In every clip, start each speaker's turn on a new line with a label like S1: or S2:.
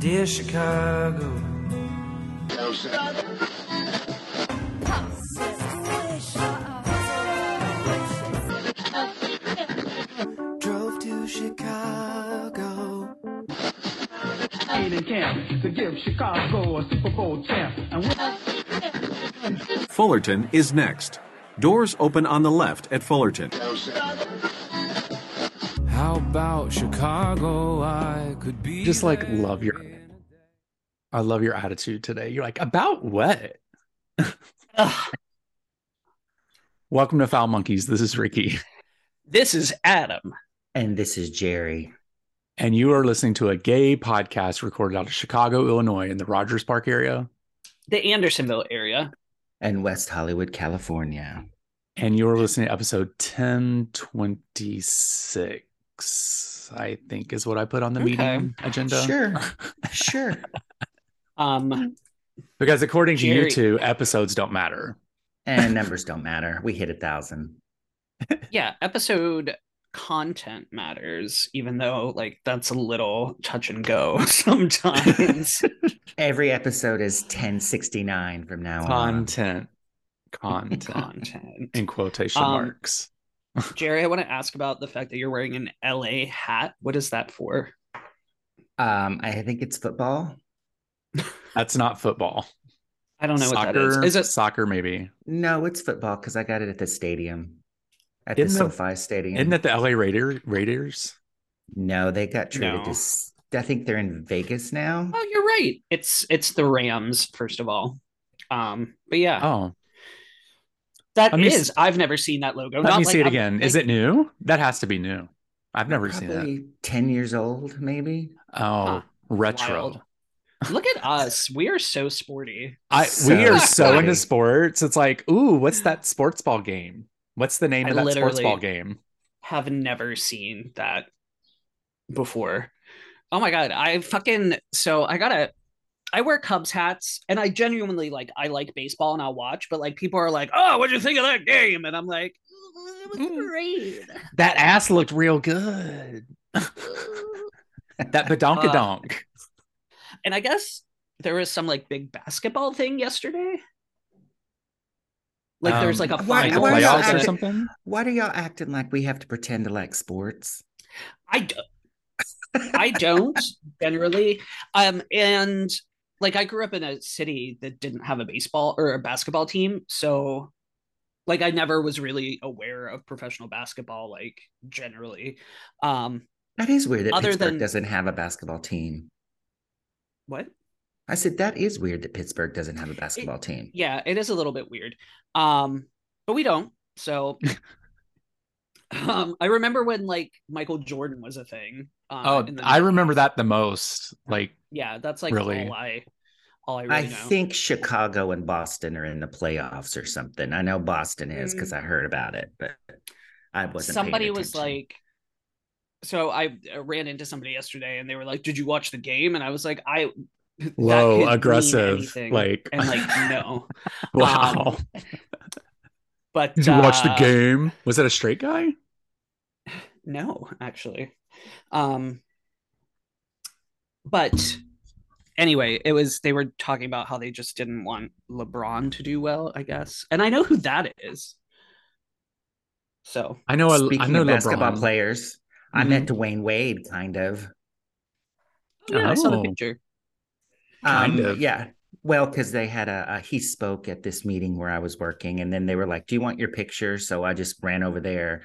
S1: Dear Chicago. Drove to Chicago.
S2: ain't in camp to give Chicago a Super Bowl champ. And we
S3: Fullerton is next. Doors open on the left at Fullerton.
S1: How about Chicago? I could be
S4: Just, like,
S1: there
S4: love your-
S1: in a
S4: I love your attitude today. You're like, about what?
S5: Ugh,
S4: Welcome to Foul Monkeys. This is Ricky,
S5: this is Adam. And this is Jerry.
S4: and you are listening to a gay podcast recorded out of Chicago, Illinois, in the Rogers Park area.
S5: The Andersonville area.
S6: and West Hollywood, California.
S4: And you are listening to episode 1026, I think is what I put on the
S5: Okay.
S4: meeting agenda.
S6: Sure. Sure.
S5: Um,
S4: because according to
S5: Jerry.
S4: you two, episodes don't matter.
S6: and numbers don't matter. We hit a thousand.
S5: yeah, episode content matters, even though like that's a little touch and go sometimes.
S6: Every episode is 1069 from now on.
S4: Content. Content.
S5: content.
S4: in quotation
S5: Um,
S4: marks.
S5: Jerry, I want to ask about the fact that you're wearing an LA hat. What is that for?
S6: Um, I think it's football.
S4: That's not football.
S5: I don't know
S4: soccer,
S5: what that is. Is it
S4: soccer? Maybe
S6: No, it's football because I got it at the stadium, at
S4: Isn't
S6: the
S4: that-
S6: SoFi Stadium.
S4: isn't that the LA Raider, Raiders?
S6: no, they got treated
S5: No.
S6: to. s- I think they're in Vegas now.
S5: Oh, you're right. It's it's the Rams, first of all. Um, but yeah,
S4: Oh,
S5: that
S4: let me
S5: is- I've never seen that logo.
S4: let
S5: Not
S4: me
S5: like
S4: see it
S5: I'm-
S4: again. Is
S5: like-
S4: it new? That has to be new. I've never seen that.
S6: Probably 10 years old, maybe.
S4: Oh,
S5: Huh.
S4: retro.
S5: Wild. Look at us. We are so sporty.
S4: I
S6: So
S4: we are so
S6: funny.
S4: into sports. It's like, ooh, what's that sports ball game? What's the name
S5: I
S4: of that sports
S5: literally-
S4: ball game?
S5: Have never seen that before. Oh my god. I fucking so I gotta I wear Cubs hats and I genuinely like I like baseball and I'll watch, but like people are like, oh, what'd you think of that game? And I'm like, it was great.
S4: That ass looked real good. that
S5: Uh,
S4: badonkadonk.
S5: And I guess there was some like big basketball thing yesterday. Like there's
S4: Um,
S5: like a
S6: why-
S5: final
S6: why
S5: or
S6: is
S4: playoffs or
S6: that-
S5: something.
S4: something.
S6: Why are y'all acting like we have to pretend to like sports?
S5: I d- I don't generally. Um, and like I grew up in a city that didn't have a baseball or a basketball team, so like I never was really aware of professional basketball, like generally. Um,
S6: That is weird that
S5: Other
S6: Pittsburgh
S5: than-
S6: doesn't have a basketball team.
S5: what?
S6: I said that is weird that Pittsburgh doesn't have a basketball team.
S5: Yeah, it is a little bit weird. Um, but we don't. So, um, I remember when like Michael Jordan was a thing. Um,
S4: Oh,
S5: in the
S4: I
S5: 90s.
S4: remember that the most. Like,
S5: Yeah, that's like
S4: Really?
S5: all I, all I really
S6: I
S5: know.
S6: think Chicago and Boston are in the playoffs or something. I know Boston is because I heard about it, but I wasn't.
S5: Mm.
S6: paying
S5: somebody was
S6: attention.
S5: like so i uh, ran into somebody yesterday and they were like did you watch the game and i was like i that could
S4: low,
S5: mean
S4: aggressive.
S5: anything.
S4: Like,
S5: and like um, no
S4: wow.
S5: but
S4: Did you watch the
S5: uh,
S4: game? Was that a straight guy?
S5: no actually um but anyway it was they were talking about how they just didn't want lebron to do well i guess and i know who that is so
S4: I know. A,
S6: speaking
S4: I know
S6: of
S4: LeBron.
S6: basketball
S4: Mm-hmm.
S6: players, I met Dwayne Wade, kind of.
S5: yeah, i saw the
S4: Oh.
S5: picture
S4: Kind
S6: Um,
S4: of.
S6: Yeah. Well, because they had a, a he spoke at this meeting where I was working, and then they were like, "Do you want your picture?" So I just ran over there,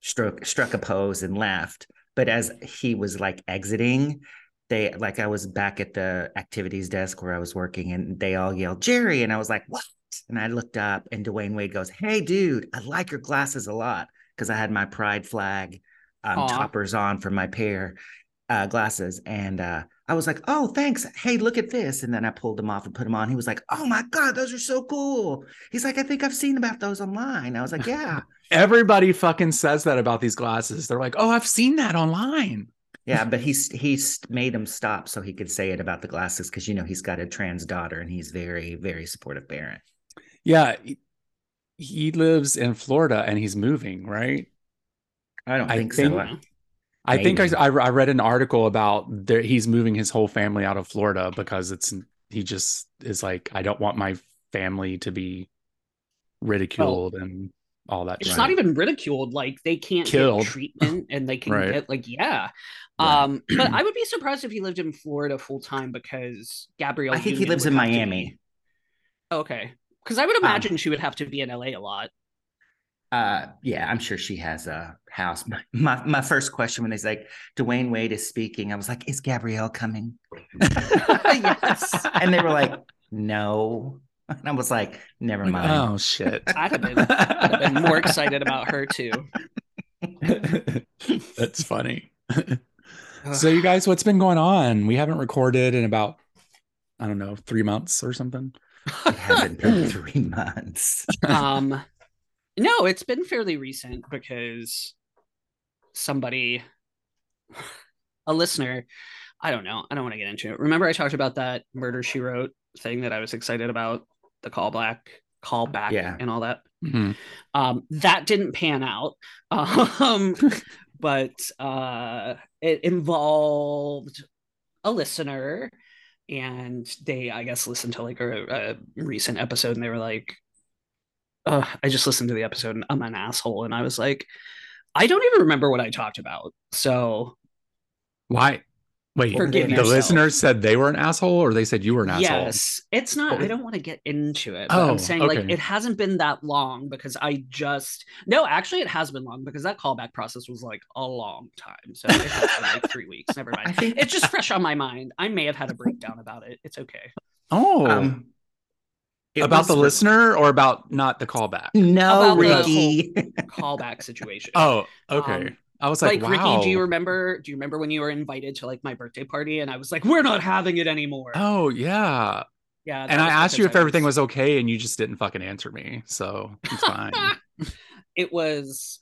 S6: struck struck a pose, and left. But as he was like exiting, they like I was back at the activities desk where I was working, and they all yelled Jerry, and I was like, "What?" And I looked up, and Dwayne Wade goes, "Hey, dude, I like your glasses a lot," because I had my pride flag um,
S5: Aw.
S6: toppers on for my pair uh, glasses, and uh, I was like, oh, thanks. Hey, look at this. And then I pulled them off and put them on. He was like, oh my God, those are so cool. He's like, I think I've seen about those online. I was like, yeah.
S4: Everybody fucking says that about these glasses. They're like, oh, I've seen that online.
S6: yeah. But he's he's made him stop so he could say it about the glasses because, you know, he's got a trans daughter and he's very, very supportive parent.
S4: Yeah. he- He lives in Florida and he's moving, right?
S6: I don't
S4: I
S6: think,
S4: think-
S6: so.
S5: you know.
S4: I think I,
S6: Maybe.
S4: I I read an article about there, he's moving his whole family out of Florida because it's he just is like I don't want my family to be ridiculed and all that.
S5: it's
S4: shit.
S5: not even ridiculed like they can't
S4: Killed.
S5: get treatment and they can
S4: Right.
S5: get like yeah
S4: Right.
S5: um but i would be surprised if he lived in florida full time because gabrielle
S6: I think he
S5: Union
S6: lives
S5: would
S6: in
S5: have to be- Oh,
S6: Miami. Um.
S5: okay because i would imagine she would have to be in la a lot
S6: Uh, yeah, I'm sure she has a house. My, my my first question when he's like, Dwayne Wade is speaking, I was like, is Gabrielle coming?
S5: Yes.
S6: And they were like, no. And I was like, never
S4: Like,
S6: mind.
S4: oh shit.
S5: i'd have been, I'd have been more excited about her too
S4: That's funny. so you guys, what's been going on? We haven't recorded in about I don't know three months or something.
S6: It hasn't been three months.
S5: um no it's been fairly recent because somebody a listener i don't know i don't want to get into it remember i talked about that murder she wrote thing that i was excited about the callback callback
S6: Yeah.
S5: and all that
S4: Mhm.
S5: um that didn't pan out um but uh it involved a listener and they i guess listened to like a, a recent episode and they were like uh, i just listened to the episode and i'm an asshole and i was like i don't even remember what i talked about so
S4: Why? Wait,
S5: Forgive
S4: the
S5: yourself.
S4: listeners said they were an asshole, or they said you were an asshole.
S5: yes it's not i don't want to get into it but
S4: Oh,
S5: i'm saying like
S4: okay.
S5: it hasn't been that long because i just no actually it has been long because that callback process was like a long time so it has been like three weeks never mind
S6: I think
S5: it's just fresh on my mind i may have had a breakdown about it it's okay
S4: Oh,
S6: um, it
S4: about
S6: was
S4: the
S6: re-
S4: listener or about not the callback?
S5: Mm.
S6: No,
S5: About the
S6: Ricky.
S5: callback situation
S4: Oh, okay.
S5: Um,
S4: I was like,
S5: like,
S4: wow.
S5: ricky do you remember do you remember when you were invited to like my birthday party and i was like we're not having it anymore
S4: Oh yeah,
S5: yeah that
S4: and I
S5: was
S4: asked you
S5: because
S4: if
S5: I
S4: everything was okay, and you just didn't fucking answer me, so it's fine.
S5: it was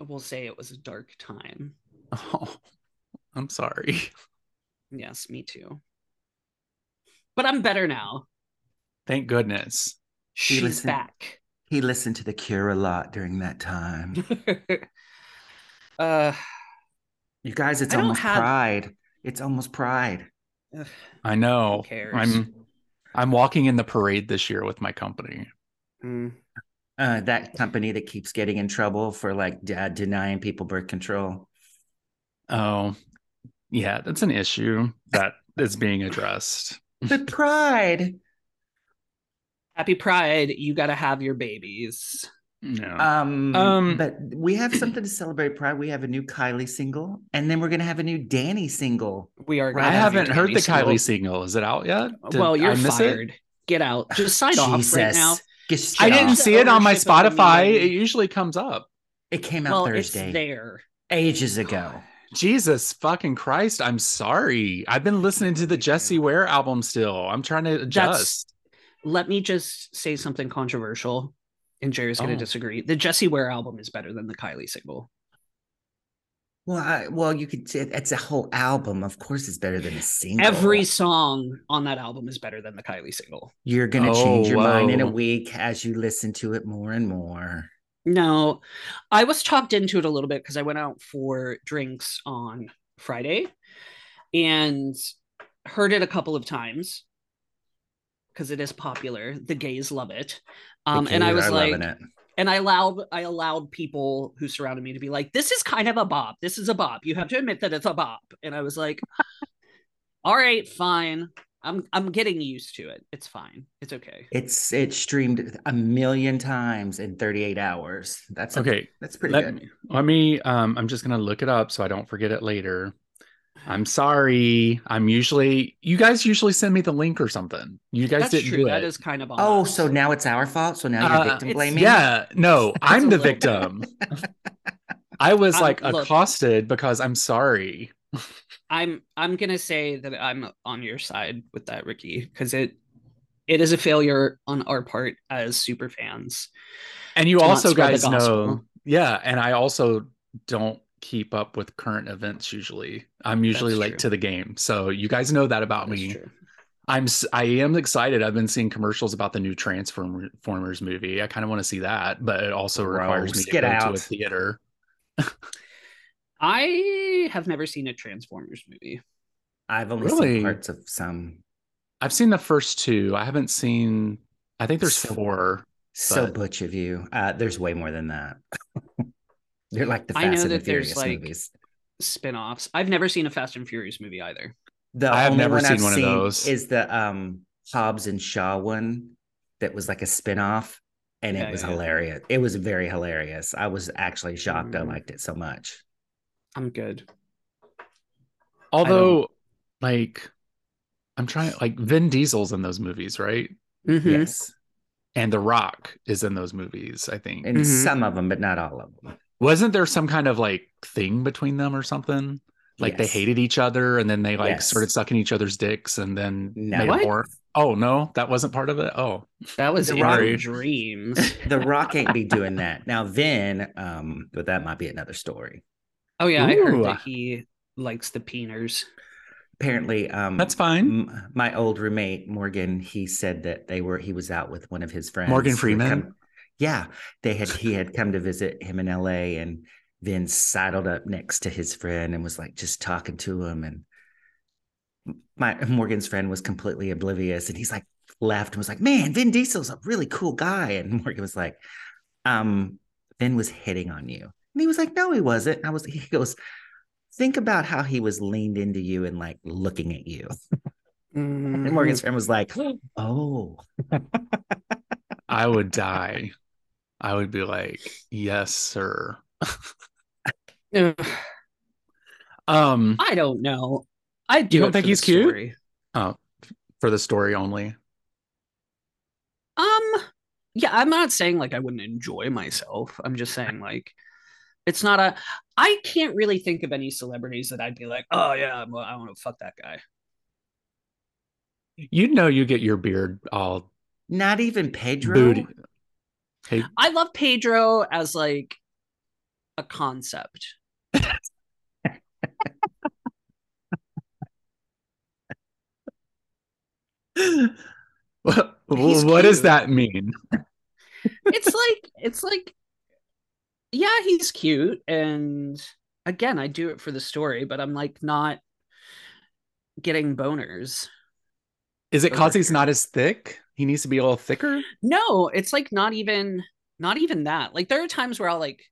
S5: we'll say it was a dark time
S4: oh, I'm sorry.
S5: Yes, me too. But I'm better now.
S4: Thank goodness.
S5: She's
S6: listen.
S5: back.
S6: He listened to The Cure a lot during that time.
S5: uh,
S6: You guys, it's
S5: I don't
S6: almost
S5: have-
S6: pride. It's almost pride.
S5: ugh,
S4: I know.
S5: Who cares?
S4: I'm I'm walking in the parade this year with my company.
S5: mm,
S6: Uh, that company that keeps getting in trouble for like de- denying people birth control.
S4: Oh, yeah, that's an issue that is being addressed.
S6: But pride.
S5: happy Pride. You got to have your babies.
S4: No.
S5: Uh,
S6: Um,
S4: Um,
S6: but we have something to celebrate pride. We have a new Kylie single, and then we're gonna have a new Danny single.
S5: We are. gonna
S4: I
S5: have
S4: haven't
S5: your
S4: heard the
S5: babies.
S4: Kylie single. Is it out yet? Did
S5: well,
S4: I
S5: you're
S4: miss it?
S5: fired. Get out. Just sign off right now.
S6: Get
S4: I
S5: Yeah.
S4: didn't
S5: Just
S4: see it on my
S5: ownership of the
S4: Spotify.
S5: meme.
S4: It usually comes up.
S6: It came out
S5: Well, it's
S6: Thursday,
S5: there.
S6: ages ago.
S4: Jesus fucking Christ. I'm sorry. I've been listening to the Jesse Ware album still. I'm trying to adjust.
S5: Let me just say something controversial, and Jerry's going to
S4: Oh.
S5: disagree. The Jesse Ware album is better than the Kylie single.
S6: Well, I, well, you could say it's a whole album. Of course, it's better than a single.
S5: Every song on that album is better than the Kylie single.
S6: you're gonna change
S4: Oh,
S6: your mind in a
S4: whoa.
S6: week as you listen to it more and more.
S5: No, I was talked into it a little bit because I went out for drinks on Friday and heard it a couple of times because it is popular. The gays love it. Um, and I
S6: Because
S5: was
S6: I'm
S5: like,
S6: loving it.
S5: and I allowed I allowed people who surrounded me to be like, this is kind of a bop. This is a bop. You have to admit that it's a bop. And I was like, all right, fine. I'm I'm getting used to it. It's fine. It's okay.
S6: It's it streamed a million times in 38 hours. That's okay.
S4: Okay.
S6: That's pretty
S4: Let
S6: good.
S4: me, let me um I'm just gonna look it up so I don't forget it later. I'm sorry. I'm usually you guys usually send me the link or something. You guys
S5: That's
S4: didn't
S5: true.
S4: do
S5: That
S4: it.
S5: is kind of on
S6: Oh,
S5: us.
S6: so now it's our fault. So now you're
S4: Uh,
S6: victim
S5: it's-
S6: blaming.
S4: Yeah, no, I'm
S5: a
S4: the
S5: little bit.
S4: victim. I was
S5: I'm-
S4: like
S5: look.
S4: accosted because I'm sorry.
S5: I'm I'm gonna say that I'm on your side with that, Ricky, because it it is a failure on our part as super fans.
S4: And you
S5: to not
S4: also
S5: spread the
S4: guys know,
S5: gospel.
S4: yeah. And I also don't keep up with current events usually. I'm usually
S5: That's
S4: late
S5: true.
S4: to the game, so you guys know that about
S5: That's
S4: me.
S5: true.
S4: I'm s- I am excited. I've been seeing commercials about the new Transformers movie. I kind of want to see that, but it also requires
S6: Gross.
S4: me to
S6: Get
S4: go to a
S6: out.
S4: theater.
S5: I have never seen a Transformers movie.
S6: I've only
S4: Really?
S6: seen parts of some.
S4: I've seen the first two. I haven't seen. I think there's
S6: So-
S4: four.
S6: So
S4: But-
S6: butch of you. Uh, there's way more than that. They're like the
S5: I know
S6: Fast and the
S5: that there's,
S6: Furious
S5: like,
S6: movies.
S5: Spin-offs. I've never seen a Fast and Furious movie either.
S6: The
S4: I have
S6: only
S4: never
S6: one
S4: seen
S6: I've
S4: one of
S6: seen
S4: those.
S6: Is the um Hobbs and Shaw one that was like a spin-off and
S5: Yeah,
S6: it was
S5: yeah, yeah.
S6: hilarious. It was very hilarious. I was actually shocked I
S5: Mm.
S6: liked it so much.
S5: I'm good.
S4: Although, like, I'm trying. Like Vin Diesel's in those movies, right?
S5: Mhm.
S6: Yes.
S4: And The Rock is in those movies. I think.
S6: And
S5: Mhm.
S6: some of them, but not all of them.
S4: Wasn't there some kind of like thing between them or something? Like they
S6: Yes.
S4: hated each other and then they like
S6: Yes.
S4: started sucking each other's dicks and then
S6: No.
S4: made
S5: What?
S4: porn. Oh no, that wasn't part of it. Oh,
S5: That was
S6: The
S5: in our
S4: Rock-
S5: dreams.
S6: The Rock ain't be doing that. Now Vin, um, but that might be another story.
S5: Oh yeah, I heard
S4: Ooh.
S5: that he likes the peeners.
S6: Apparently, um
S4: that's fine.
S6: m- my old roommate Morgan, he said that they were he was out with one of his friends.
S4: Morgan
S6: who had
S4: Freeman?
S6: come- yeah, they had he had come to visit him in L.A. and Vin sidled up next to his friend and was like just talking to him and my Morgan's friend was completely oblivious and he's like left and was like, "Man, Vin Diesel's a really cool guy." And Morgan was like, "Um, Vin was hitting on you." And he was like, "No, he wasn't." And I was he goes, "Think about how he was leaned into you and like looking at you."
S1: Mm-hmm.
S6: And Morgan's friend was like, "Oh,
S4: I would die. I would be like, yes, sir.
S5: Ugh,
S4: Um,
S5: I don't know. I do.
S4: don't
S5: it
S4: think
S5: for the
S4: he's cute?
S5: story.
S4: for the story only.
S5: Um, yeah, I'm not saying like I wouldn't enjoy myself. I'm just saying like it's not a. I can't really think of any celebrities that I'd be like, oh yeah, I'm- I want to fuck that guy.
S4: You know, you get your beard all
S6: not even Pedro."
S4: booty. Hey,
S5: I love Pedro as like a concept.
S4: what,
S5: He's
S4: what does
S5: cute.
S4: that mean?
S5: it's like it's like yeah he's cute and again i do it for the story but i'm like not getting boners
S4: Is it
S5: Over
S4: because he's
S5: here.
S4: not as thick? He needs to be a little thicker.
S5: no it's like not even not even that like there are times where i'll like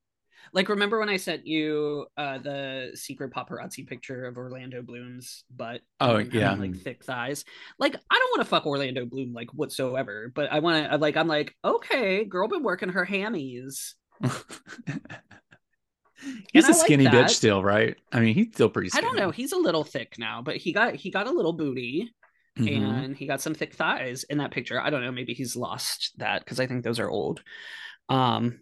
S5: like remember when i sent you uh the secret paparazzi picture of orlando bloom's butt
S4: Oh,
S5: and him
S4: yeah.
S5: having, like thick thighs like i don't want to fuck orlando bloom like whatsoever but i want to like i'm like okay girl been working her hammies
S4: He's
S5: I
S4: a
S5: like
S4: skinny
S5: that.
S4: bitch still, right? I mean, he's still pretty
S5: I
S4: skinny.
S5: don't know. He's a little thick now, but he got he got a little booty
S4: Mhm.
S5: and he got some thick thighs in that picture. I don't know. Maybe he's lost that because I think those are old. Um,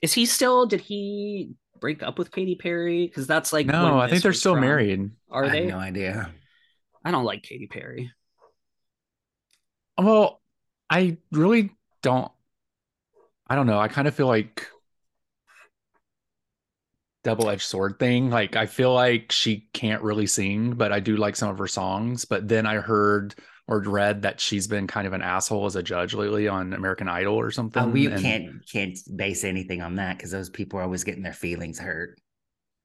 S5: is he still? Did he break up with Katy Perry? Because that's like when
S4: no, I
S5: this
S4: think they're
S5: was
S4: still
S5: from.
S4: married.
S5: Are
S6: I
S5: they?
S6: have no idea.
S5: I don't like Katy Perry.
S4: Well, I really don't. I don't know. I kind of feel like double-edged sword thing. Like I feel like she can't really sing, but I do like some of her songs. But then I heard or read that she's been kind of an asshole as a judge lately on American Idol or something.
S6: Oh, we
S4: and-
S6: can't can't base anything on that because those people are always getting their feelings hurt.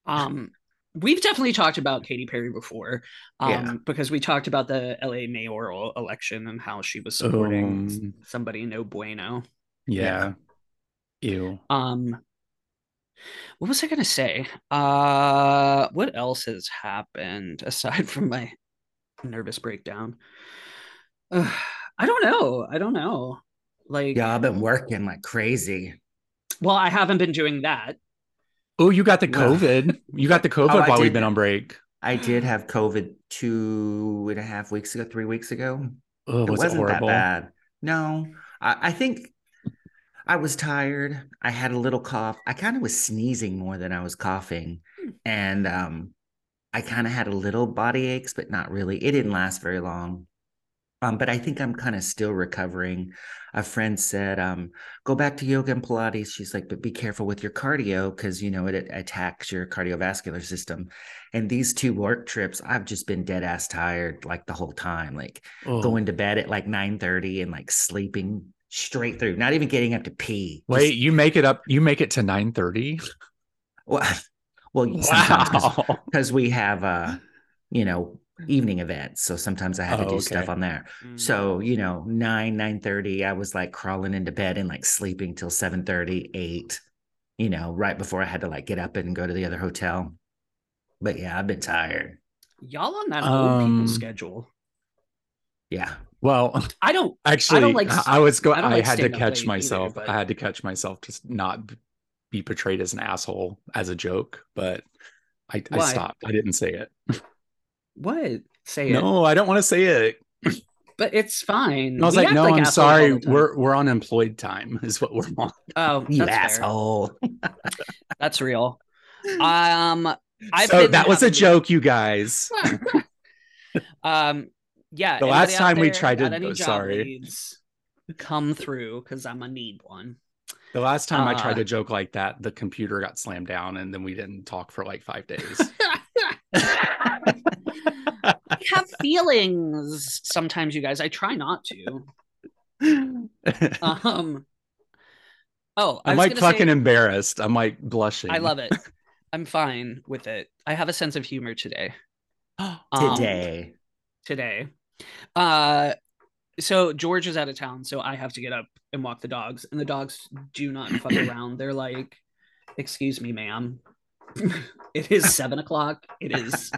S5: Um, we've definitely talked about Katy Perry before, um,
S6: Yeah.
S5: because we talked about the L.A. mayoral election and how she was supporting s-
S4: Um,
S5: somebody no bueno.
S4: Yeah. Ew.
S5: Um, what was I gonna say? Uh, what else has happened aside from my nervous breakdown? Ugh, I don't know. I don't know. Like,
S6: Yeah, I've been working like crazy.
S5: well, I haven't been doing that.
S4: Oh, you got the
S6: Well-
S4: COVID. You got the COVID
S6: Oh, I
S4: while we've
S6: did.
S4: been on break.
S6: I did have COVID two and a half weeks ago, three weeks ago.
S4: Oh,
S6: it
S4: was
S6: wasn't that
S4: horrible?
S6: bad. No, I, I think I was tired. I had a little cough. I kind of was sneezing more than I was coughing, and um, I kind of had a little body aches, but not really. It didn't last very long. Um, but I think I'm kind of still recovering. A friend said, um, "Go back to yoga and Pilates." She's like, "But be careful with your cardio because you know it, it attacks your cardiovascular system." And these two work trips, I've just been dead ass tired like the whole time. Like
S4: Oh.
S6: going to bed at like 9 30 and like sleeping straight through, not even getting up to pee. Just-
S4: Wait, you make it up. You make it to nine thirty.
S6: well, Well, sometimes
S4: Wow.
S6: because we have uh,
S5: Mm-hmm.
S6: you know, evening events. So sometimes I have to
S4: Oh,
S6: do
S4: okay.
S6: stuff on there.
S5: Mm-hmm.
S6: So, you know, nine, nine thirty, I was like crawling into bed and like sleeping till 7 8, you know, right before I had to like get up and go to the other hotel. But yeah, I've been tired.
S5: Y'all on that old
S4: Um,
S5: people schedule.
S6: Yeah.
S4: Well,
S5: I don't.
S4: actually, I,
S5: like-
S4: I was going.
S5: I
S4: I,
S5: don't like
S4: had to
S5: stand-up
S4: catch
S5: late either,
S4: myself.
S5: but-
S4: I had to catch myself to s- not b- be portrayed as an asshole as a joke, but I, I
S5: Why?
S4: stopped. I didn't say it.
S5: What say it?
S4: No, I don't want to say it.
S5: But it's fine.
S4: And I was
S5: We
S4: like,
S5: act
S4: no, I'm
S5: assholes all the
S4: sorry.
S5: time.
S4: We're we're on employed time, is what we're on.
S5: oh,
S6: You
S5: that's fair.
S6: asshole.
S5: That's real. Um, I've
S4: so
S5: been
S4: that was a
S5: having-
S4: joke, you guys.
S5: um, yeah.
S4: The
S5: anybody
S4: last
S5: out
S4: time we
S5: there
S4: tried to-
S5: got any job
S4: sorry.
S5: leads, come through because I'm gonna need one.
S4: The last time I tried
S5: Uh.
S4: to joke like that, the computer got slammed down, and then we didn't talk for like five days.
S5: I have feelings sometimes, you guys. I try not to. Um. Oh, I was
S4: I'm like
S5: gonna
S4: fucking
S5: say,
S4: embarrassed. I'm like blushing.
S5: I love it. I'm fine with it. I have a sense of humor today. Um,
S6: Today.
S5: today. Uh so George is out of town, so I have to get up and walk the dogs. And the dogs do not fuck around. They're like, excuse me, ma'am. it is seven o'clock. It is.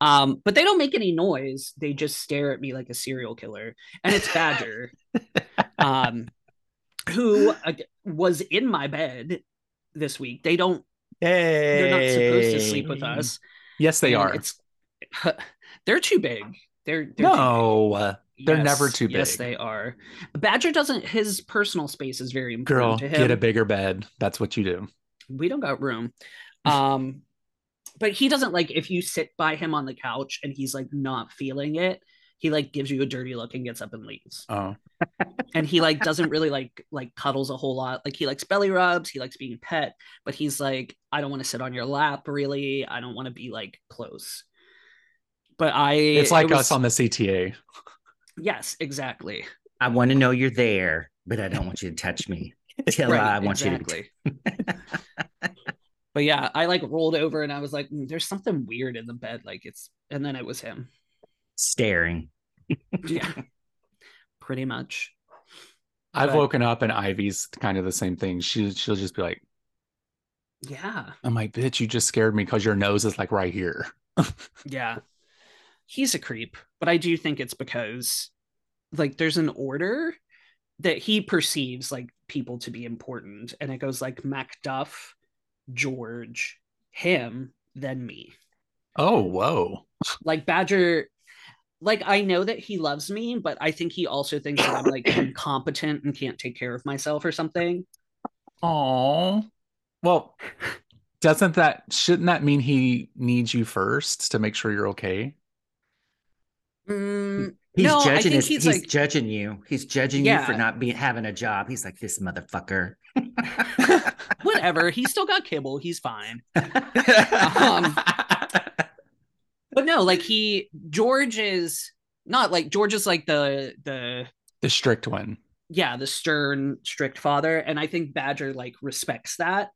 S5: Um, but they don't make any noise. They just stare at me like a serial killer. And it's Badger. um who uh, was in my bed this week. They don't they're not supposed to sleep with
S4: Hey.
S5: us.
S4: Yes, they
S5: and
S4: are.
S5: It's they're too big. They're, they're too
S4: no, uh,
S5: big.
S4: they're never too
S5: Yes,
S4: big.
S5: they are. Badger doesn't. His personal space is very important
S4: girl,
S5: to him.
S4: get a bigger bed. That's what you do.
S5: We don't got room. Um, but he doesn't like if you sit by him on the couch and he's like not feeling it. He like gives you a dirty look and gets up and leaves.
S4: Oh,
S5: And he like doesn't really like like cuddles a whole lot. Like he likes belly rubs. He likes being pet. But he's like, I don't want to sit on your lap. Really, I don't want to be like close. But I,
S4: it's like
S5: it was-
S4: us on the CTA.
S5: Yes, exactly.
S6: I want to know you're there, but I don't want you to touch me. Till I want you
S5: exactly. but yeah, I like rolled over and I was like, "Mm, "There's something weird in the bed." Like it's, and then it was him.
S6: to staring.
S5: Yeah, pretty much.
S4: I've
S5: But-
S4: woken up and Ivy's kind of the same thing. She she'll just be like,
S5: Yeah,
S4: "I'm like, bitch, you just scared me because your nose is like right here."
S5: yeah. He's a creep, but I do think it's because, like, there's an order that he perceives like people to be important, and it goes like Macduff, George, him, then me.
S4: Oh, whoa.
S5: like Badger, like I know that he loves me, but I think he also thinks that I'm like incompetent and can't take care of myself or something.
S4: Oh. Well, doesn't that shouldn't that mean he needs you first to make sure you're okay?
S5: Mm,
S6: He's
S5: No, I
S6: judging
S5: think
S6: us.
S5: he's
S6: He's,
S5: like-
S6: judging you. He's judging you for
S5: Yeah.
S6: not being having a job. He's like this motherfucker.
S5: whatever. He's still got kibble. He's fine. Um, But no, like he George is not like George is like the the
S4: the strict one.
S5: yeah the stern strict father, and I think Badger like respects that.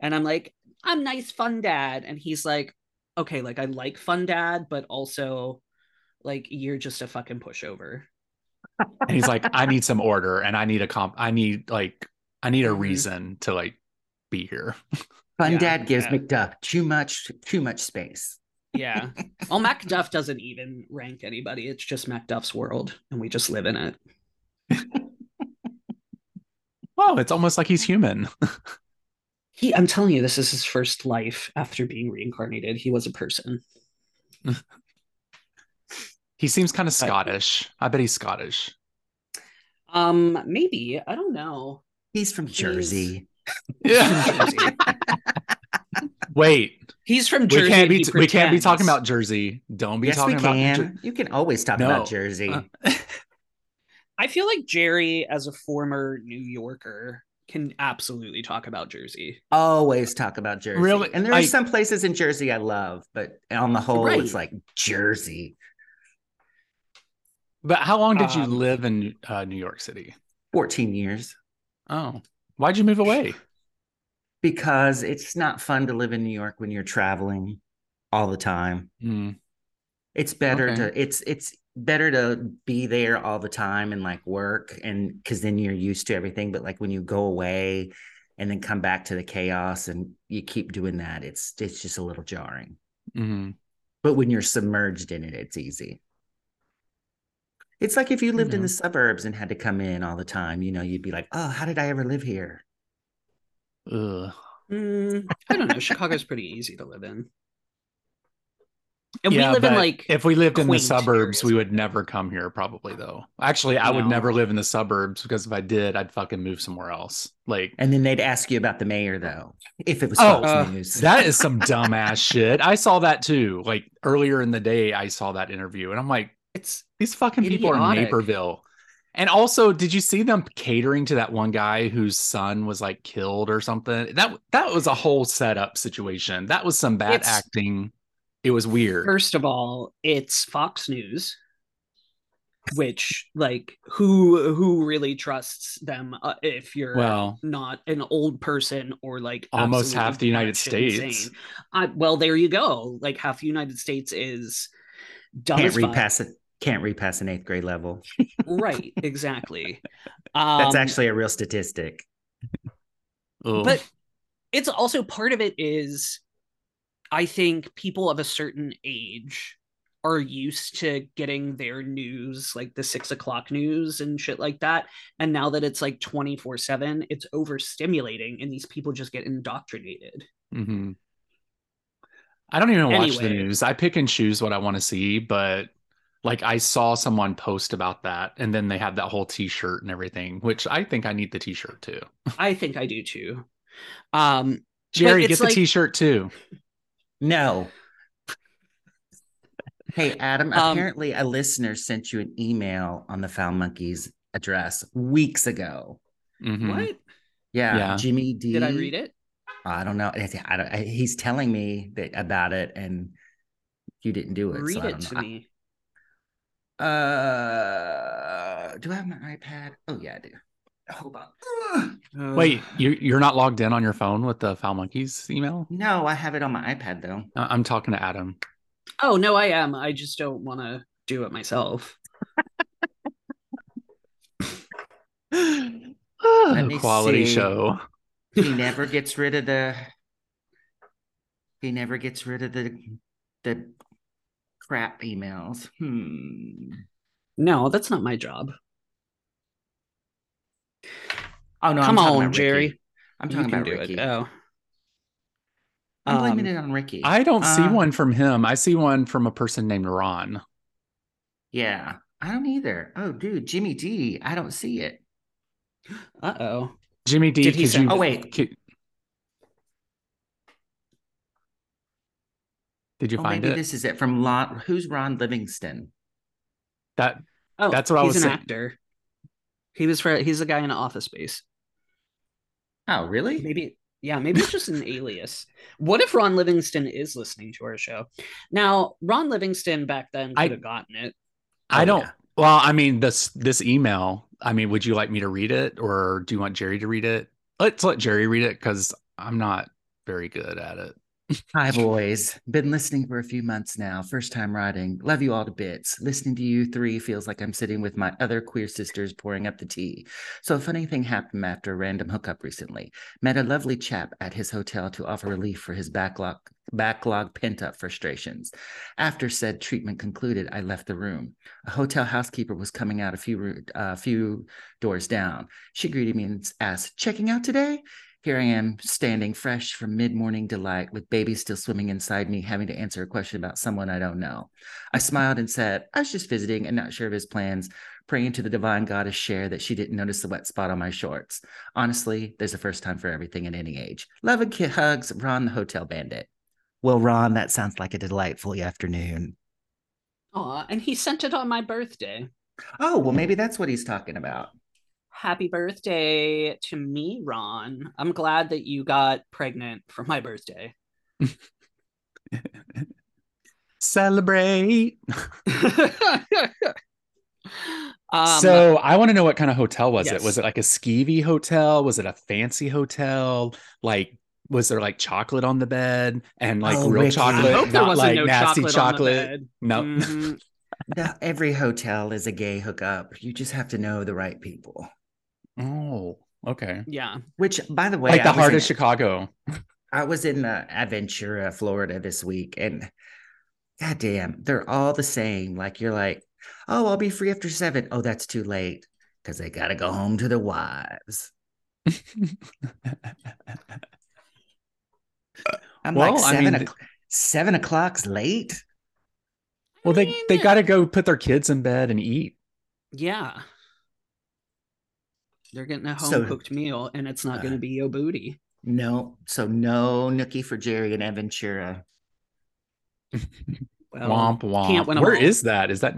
S5: And I'm like, I'm nice fun dad, and he's like, okay, like I like fun dad, but also like you're just a fucking pushover.
S4: And he's like, I need some order and I need a comp I need like I need a
S5: Mhm.
S4: reason to like be here.
S6: Fun
S5: Yeah,
S6: dad gives
S5: yeah.
S6: McDuff too much, too much space.
S5: Yeah. well, Macduff doesn't even rank anybody. It's just Macduff's world, and we just live in it.
S4: Wow, it's almost like he's human.
S5: He, I'm telling you, this is his first life after being reincarnated. He was a person.
S4: He seems kind of Scottish. I bet he's Scottish.
S5: Um, maybe I don't know.
S6: He's from
S5: He's-
S6: Jersey.
S5: Jersey.
S4: Wait,
S5: He's from
S4: we
S5: Jersey.
S4: can't
S5: and
S4: be
S5: he
S4: we can't be talking
S5: pretends.
S4: about Jersey. Don't be
S6: yes, we
S4: talking about
S6: can.
S4: Jer-
S6: you can always talk
S4: No.
S6: about Jersey.
S4: Uh,
S5: I feel like Jerry, as a former New Yorker, can absolutely talk about Jersey.
S6: always talk about Jersey.
S4: Really?
S6: And there are
S4: I-
S6: some places in Jersey I love, but on the whole, it's like Jersey.
S4: But how long did you
S5: Um,
S4: live in uh, New York City?
S6: Fourteen years
S4: Oh, why'd you move away?
S6: because it's not fun to live in New York when you're traveling all the time.
S4: Mm.
S6: It's better
S4: Okay.
S6: to it's it's better to be there all the time and like work and cuz then you're used to everything but like when you go away and then come back to the chaos and you keep doing that it's it's just a little jarring.
S4: Mhm.
S6: But when you're submerged in it it's easy. It's like if you lived in
S4: Yeah.
S6: the suburbs and had to come in all the time, you know, you'd be like, "Oh, how did I ever live here?"
S4: Ugh.
S5: Mm, I don't know. Chicago's pretty easy to live in. And
S4: Yeah,
S5: we live in
S4: but
S5: like
S4: if we lived in the
S5: quaint
S4: suburbs,
S5: areas.
S4: we would never come here, probably though. Actually, I would
S5: No.
S4: never live in the suburbs because if I did, I'd fucking move somewhere else. Like
S6: And then they'd ask you about the mayor, though, if it was
S4: Oh,
S6: Fox
S5: uh,
S6: News.
S4: that is some dumbass shit. I saw that too. Like earlier in the day, I saw that interview, and I'm like, it's these fucking people are in
S5: Idiotic.
S4: Naperville. And also, did you see them catering to that one guy whose son was like killed or something? That that was a whole setup situation. That was some bad
S5: It's-
S4: acting. It was weird.
S5: First of all, it's Fox News, which like who who really trusts them uh, if you're
S4: well,
S5: not an old person or like
S4: Almost half
S5: absolutely
S4: the United
S5: batshit
S4: States.
S5: insane. I, well, there you go. Like half the United States is dumb
S6: can't
S5: as fuck.
S6: repass it. Can't repass an eighth grade level.
S5: right? Exactly.
S6: That's
S5: Um,
S6: actually a real statistic.
S4: ugh.
S5: but it's also part of it is i think people of a certain age are used to getting their news like the six o'clock news and shit like that and now that it's like 24 7 it's overstimulating and these people just get indoctrinated
S4: hmm I don't even watch the
S5: Anyway.
S4: news. I pick and choose what I want to see, but like I saw someone post about that and then they had that whole t-shirt and everything, which I think I need the t-shirt too.
S5: i think i do too um
S4: Jerry,
S5: it's
S4: get the
S5: like-
S4: t-shirt too.
S6: No. Hey, Adam,
S5: Um,
S6: apparently a listener sent you an email on the Foul Monkeys address weeks ago. Hmm.
S4: Mhm.
S5: what
S6: Yeah.
S4: Yeah.
S6: Jimmy D.
S5: did i read it
S6: I don't know. I, I don't, he's telling me that, about it and you didn't do it. so
S5: read
S6: I
S5: it
S6: don't
S5: to
S6: know.
S5: me
S6: Uh, do I have my iPad? Oh, yeah, I do. Hold on. Ugh.
S4: Wait, you you're not logged in on your phone with the Foul Monkeys email?
S6: No, I have it on my iPad though.
S4: I- I'm talking to Adam.
S5: oh no i am i just don't want to do it myself
S6: Let me
S4: Quality
S6: see.
S4: show.
S6: He never gets rid of the. He never gets rid of the the crap emails. Hmm.
S5: no that's not my job
S6: Oh no! I'm
S5: Come
S6: talking about
S5: on,
S6: Ricky.
S5: Jerry.
S6: I'm talking about Ricky.
S5: Oh.
S6: I'm blaming
S5: Um,
S6: it on Ricky.
S4: I don't see
S6: Uh,
S4: one from him. I see one from a person named Ron.
S6: Yeah, I don't either. Oh, dude, Jimmy D. I don't see it.
S5: Uh oh.
S4: Jimmy D,
S5: Did he
S4: could
S5: send-
S4: you
S6: Oh wait.
S4: Ki- Did you
S6: Oh,
S4: find
S6: maybe
S4: it?
S6: this is it from Lon. Who's Ron Livingston?
S4: That
S5: Oh,
S4: That's what I
S5: he's
S4: was
S5: an
S4: saying.
S5: actor. He was for he's a guy in Office Space.
S6: Oh, really?
S5: Maybe yeah, maybe it's just an alias. What if Ron Livingston is listening to our show? Now, Ron Livingston back then
S4: I-
S5: could have gotten it.
S4: I
S6: Oh,
S4: don't.
S6: yeah.
S4: Well, I mean this this email. I mean, would you like me to read it, or do you want Jerry to read it? Let's let Jerry read it because I'm not very good at it.
S6: Hi, boys. Been listening for a few months now. First time writing. Love you all to bits. Listening to you three feels like I'm sitting with my other queer sisters pouring up the tea. So, a funny thing happened after a random hookup recently. Met a lovely chap at his hotel to offer relief for his backlog, backlog pent up frustrations. After said treatment concluded, I left the room. A hotel housekeeper was coming out a few, roo- uh, few doors down. She greeted me and asked, Checking out today? Here I am, standing fresh from mid morning delight with baby still swimming inside me, having to answer a question about someone I don't know. I smiled and said, I was just visiting and not sure of his plans, praying to the divine goddess Cher that she didn't notice the wet spot on my shorts. Honestly, there's a first time for everything at any age. Love and ki- hugs, Ron the Hotel Bandit. Well, Ron, that sounds like a delightful afternoon.
S5: Aw, and he sent it on my birthday.
S6: Oh, well, maybe that's what he's talking about.
S5: Happy birthday to me, Ron. I'm glad that you got pregnant for my birthday.
S4: Celebrate.
S5: um,
S4: so I want to know what kind of hotel was it?
S5: yes.
S4: Was it like a skeevy hotel? Was it a fancy hotel? Like was there like chocolate on the bed and like
S6: Oh,
S4: real
S6: Ricky.
S5: I hope
S4: chocolate,
S5: there
S4: not
S5: wasn't
S4: like
S5: no
S4: nasty
S5: chocolate.
S4: chocolate?
S5: On the bed.
S4: No,
S5: Mhm.
S6: No, every hotel is a gay hookup. You just have to know the right people.
S4: Oh, okay.
S5: Yeah.
S6: Which, by the way,
S4: like
S6: I
S4: the
S6: was in-
S4: heart of Chicago.
S6: I was in uh, Aventura, Florida this week, and goddamn, they're all the same. Like you're like, oh, I'll be free after seven. Oh, that's too late because they gotta go home to their wives. I'm like
S4: Well, I
S6: seven
S4: mean,
S6: o'clock. Seven o'clock's late.
S4: well,
S5: I
S4: they
S5: mean,
S4: they got to go put their kids in bed and eat.
S5: Yeah. They're getting a home
S6: So-
S5: cooked meal and it's not going
S4: Uh,
S5: to be yo booty.
S6: No, so no nookie for Jerry and Aventura. Oh,
S5: Well,
S4: womp womp.
S5: can't win 'em
S4: Where
S5: all.
S4: is that? Is that